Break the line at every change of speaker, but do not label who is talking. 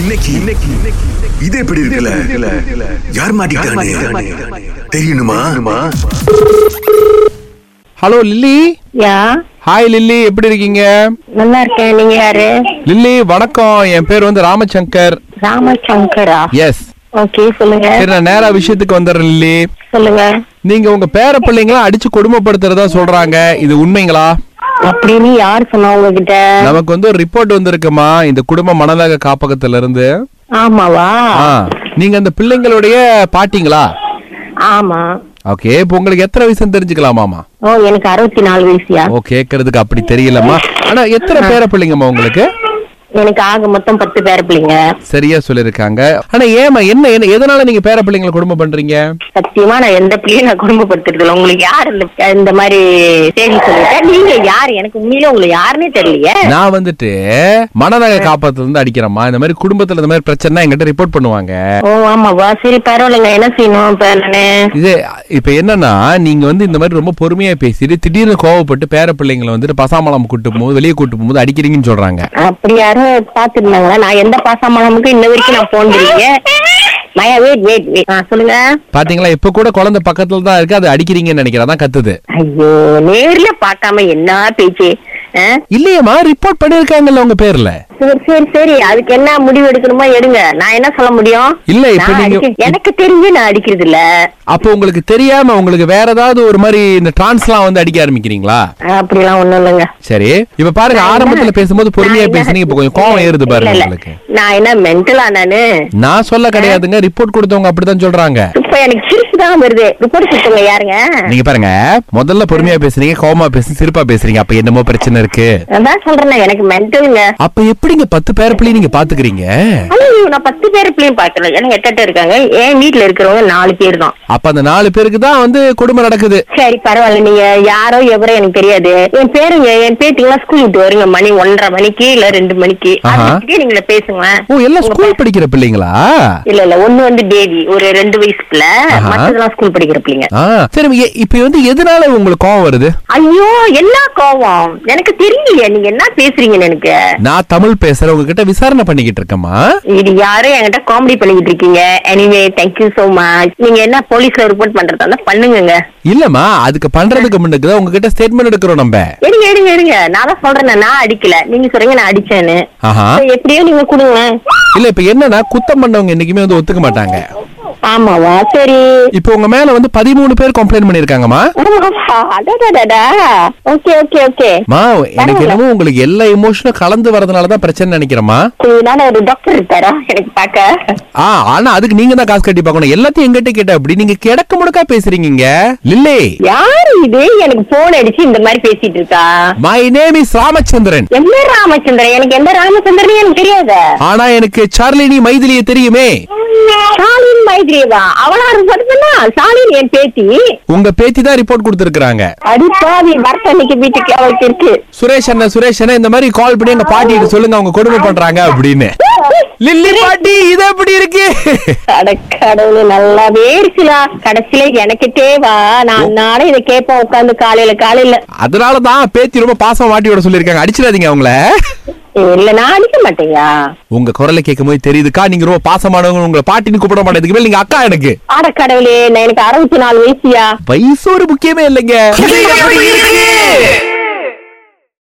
இன்னைக்கு இன்னைக்கு இது எப்படி இருக்குல்ல யார் மாட்டிக்கிட்டானே தெரியணுமா
ஹலோ லில்லி
யா
ஹாய் லில்லி எப்படி இருக்கீங்க
நல்லா இருக்கேன் நீங்க யாரு
லில்லி வணக்கம் என் பேர் வந்து ராமசங்கர்
ராமசங்கரா
எஸ்
ஓகே சொல்லுங்க
சரி நான் நேரா விஷயத்துக்கு வந்துடுறேன் லில்லி
சொல்லுங்க
நீங்க உங்க பேர பிள்ளைங்கள அடிச்சு கொடுமைப்படுத்துறதா சொல்றாங்க இது உண்மைங்களா
அப்படின்னு யார் சொன்னா உங்ககிட்ட
நமக்கு வந்து ஒரு ரிப்போர்ட் வந்திருக்குமா இந்த குடும்ப மனதாக காப்பகத்துல இருந்து
ஆமாவா
ஆ, நீங்க அந்த பிள்ளைங்களுடைய பாட்டிங்களா
ஆமா
ஓகே இப்போ உங்களுக்கு எத்தனை வயசுன்னு தெரிஞ்சுக்கலாமாமா
ஓ எனக்கு அறுபத்தி நாலு வயசுயா
ஓ கேட்கறதுக்கு அப்படி தெரியலம்மா ஆனா எத்தனை பேர பிள்ளைங்கம்மா உங்களுக்கு
எனக்கு ஆக மொத்தம் பத்து பேர் பிள்ளைங்க
சரியா சொல்லிருக்காங்க ஆனா ஏமா என்ன என்ன எதனால நீங்க பேர பிள்ளைங்களை குடும்பம் பண்றீங்க
சத்தியமா நான் எந்த பிள்ளையும் நான் குடும்பப்படுத்துறது இல்ல உங்களுக்கு யார் இந்த இந்த மாதிரி செய்தி சொல்லிட்டேன் நீங்க யார் எனக்கு உண்மையில உங்களுக்கு யாருன்னே தெரியலையே
நான் வந்துட்டு மனநக காப்பகத்துல இருந்து அடிக்கிறேம்மா இந்த மாதிரி குடும்பத்துல இந்த மாதிரி பிரச்சனை என்கிட்ட ரிப்போர்ட் பண்ணுவாங்க
ஓ ஆமாவா சரி பரவாயில்லைங்க என்ன செய்யணும் இப்ப நானு
இது இப்ப என்னன்னா நீங்க வந்து இந்த மாதிரி ரொம்ப பொறுமையா பேசிட்டு திடீர்னு கோவப்பட்டு பேர பிள்ளைங்களை வந்துட்டு பசாமலம் கூட்டு போகும்போது வெளியே கூட்டு போகும்போது அடிக்கிறீங்கன்னு சொல்றாங்க
அப்படி யாரும் பாத்துருந்தாங்களா நான் எந்த பாசமானமுக்கும் இன்ன வரைக்கும் நான் போன் பண்ணீங்க மயா வெயிட் வெயிட் வெயிட் ஆ சொல்லுங்க
பாத்தீங்களா இப்ப கூட குழந்தை பக்கத்துல தான் இருக்கு அது அடிக்கிறீங்கன்னு நினைக்கிறதான் கத்துது
ஐயோ நேர்ல பார்க்காம என்ன பேச்சு ஆ?
இல்லையேம்மா ரிப்போர்ட் பண்ணிருக்காங்கல்ல உங்க பேர்ல
சரி சரி சரி அதுக்கு என்ன முடிவு எடுக்கணுமோ எடுங்க நான் என்ன சொல்ல முடியும்
இல்ல, இப்ப
நான்
நீங்க-
அடிக்க- எனக்கு தெரிஞ்சு நான் அடிக்கிறது இல்ல
அப்போ உங்களுக்கு தெரியாம உங்களுக்கு வேற ஏதாவது ஒரு மாதிரி இந்த டிரான்ஸ்லாம் வந்து அடிக்க ஆரம்பிக்கிறீங்களா
அப்படிலாம் ஒண்ணும் இல்லைங்க
சரி இப்ப பாருங்க ஆரம்பத்துல பேசும்போது பொறுமையா
நான் என்ன-
பேசுனீங்க இப்ப கொஞ்சம் கோவம் ஏறுது பாருங்க
இல்ல, இல்ல.
உங்களுக்கு
நான் என்ன மென்டலா நானு
நான் சொல்ல கிடையாதுங்க ரிப்போர்ட் கொடுத்தவங்க அப்படிதான் சொல்றாங்க
இப்ப எனக்கு சிரிப்பு தான் வருது ரிப்போர்ட் கொடுத்தவங்க யாருங்க
நீங்க பாருங்க முதல்ல பொறுமையா பேசுனீங்க கோவமா பேசி சிரிப்பா பேசுறீங்க அப்ப என்னமோ பிரச்சனை இருக்கு
அதான் சொல்றேன் எனக்கு மென்டலுங்க
அப்ப எப்படிங்க பத்து பேர பிள்ளைய நீங்க பாத்துக்கிறீங்க
ஆனா இவங்க நான் பத்து பேர் பிள்ளையும் பாக்குறேன் ஏன்னா எட்டு எட்டு இருக்காங்க என் வீட்டுல இருக்கிறவங்க நாலு பேர் தான்
அப்ப அந்த நாலு பேருக்கு தான் வந்து கொடுமை நடக்குது
சரி பரவாயில்ல நீங்க யாரோ எவரோ எனக்கு தெரியாது என் பேருங்க என் பேத்திங்களாம் ஸ்கூல் விட்டு வருங்க மணி ஒன்றரை மணிக்கு இல்ல ரெண்டு மணிக்கு
ஆஹா.
அதுக்கிட்டே நீங்கள பேசுங்களேன்
ஓ எல்லாம் ஸ்கூல் படிக்கிற பிள்ளைங்களா
இல்ல இல்ல ஒண்ணு வந்து பேபி ஒரு ரெண்டு வயசுக்குள்ள
ஆஹா.
மத்ததெல்லாம் ஸ்கூல் படிக்கிற பிள்ளைங்க
ஆ சரி எ- இப்ப வந்து எதனால உங்களுக்கு கோவம் வருது
ஐயோ என்ன கோவம் எனக்கு தெரியலையே நீங்க என்ன பேசுறீங்கன்னு எனக்கு
நான் தமிழ் பேசுறேன் உங்ககிட்ட விசாரணை பண்ணிக்கிட்டு இருக்கேம்மா
இது யாரும் என்கிட்ட காமெடி பண்ணிக்கிட்டு இருக்கீங்க எனிவே தேங்க்யூ சோ மச் நீங்க என்ன போலீஸ்ல ரிப்போர்ட் பண்றதா இருந்தா பண்ணுங்க
இல்லம்மா அதுக்கு பண்றதுக்கு முன்னுக்கு தான் உங்ககிட்ட ஸ்டேட்மெண்ட் எடுக்கிறோம் நம்ம
எடுங்க எடுங்க எடுங்க நான் தான் சொல்றேன் நான் அடிக்கல நீங்க சொல்றீங்க நான் அடிச்சேன்னு
ஆஹா
சரி, எப்படியோ நீங்க கொடுங்களேன்
இல்ல இப்ப என்னன்னா குத்தம் பண்ணவங்க என்னைக்குமே வந்து ஒத்துக்க மாட்டாங்க
ஆமாவா சரி
இப்போ உங்க மேல வந்து பதிமூணு பேர் கம்ப்ளைண்ட் பண்ணிருக்காங்கம்மா
ஓகே ஓகே ஓகே
மா எனக்கு என்னமோ உங்களுக்கு எல்லா எமோஷனும் கலந்து வரதுனாலதான் பிரச்சனை நினைக்கிறேம்மா
நானும் ஒரு டாக்டர் இருக்காரா எனக்கு பாக்க
ஆ ஆனா அதுக்கு நீங்க தான் காசு கட்டி பார்க்கணும் எல்லாத்தையும் எங்கிட்ட கேட்ட அப்படி நீங்க கிடக்க முடக்கா பேசுறீங்க லில்லே
யாரு இது எனக்கு போன் அடிச்சு இந்த மாதிரி பேசிட்டு இருக்கா
மை நேம் இஸ் ராமச்சந்திரன்
எந்த ராமச்சந்திரன் எனக்கு எந்த ராமச்சந்திரன் எனக்கு தெரியாத
ஆனா எனக்கு சார்லினி மைதிலிய தெரியுமே
சாலின் மைத்ரியவா அவளா இருப்பதுன்னா சாலின் என் பேத்தி
உங்க பேத்தி தான் ரிப்போர்ட் கொடுத்திருக்காங்க
அடிப்பாவி வரத்தன்னைக்கு வீட்டுக்கு அவளுக்கு இருக்கு
சுரேஷ் அண்ணன் சுரேஷ் அண்ணன் இந்த மாதிரி கால் பண்ணி எங்க பாட்டிட்டு சொல்லுங்க அவங்க கொடுமை பண்றாங்க அப்படின்னு லில்லி பாட்டி இது எப்படி இருக்கு
கடவுளு நல்லாவே இருக்குலா கடைசியில எனக்கிட்டே வா நான் நானே இதை கேட்பேன் உட்கார்ந்து காலையில காலையில
அதனாலதான் பேத்தி ரொம்ப பாசமா மாட்டி விட சொல்லிருக்காங்க அடிச்சிடாதீங்க அவங்கள
இல்ல நான் அடிக்க மாட்டேயா
உங்க குரலை கேட்கும் போது தெரியுதுக்கா நீங்க ரொம்ப பாசமானவங்க உங்களை பாட்டின்னு கூப்பிட மாட்டேன் இதுக்கு மேல நீங்க அக்கா எனக்கு
ஆட கடவுளே நான் எனக்கு அறுபத்தி நாலு வயசுயா
வயசு ஒரு முக்கியமே இல்லைங்க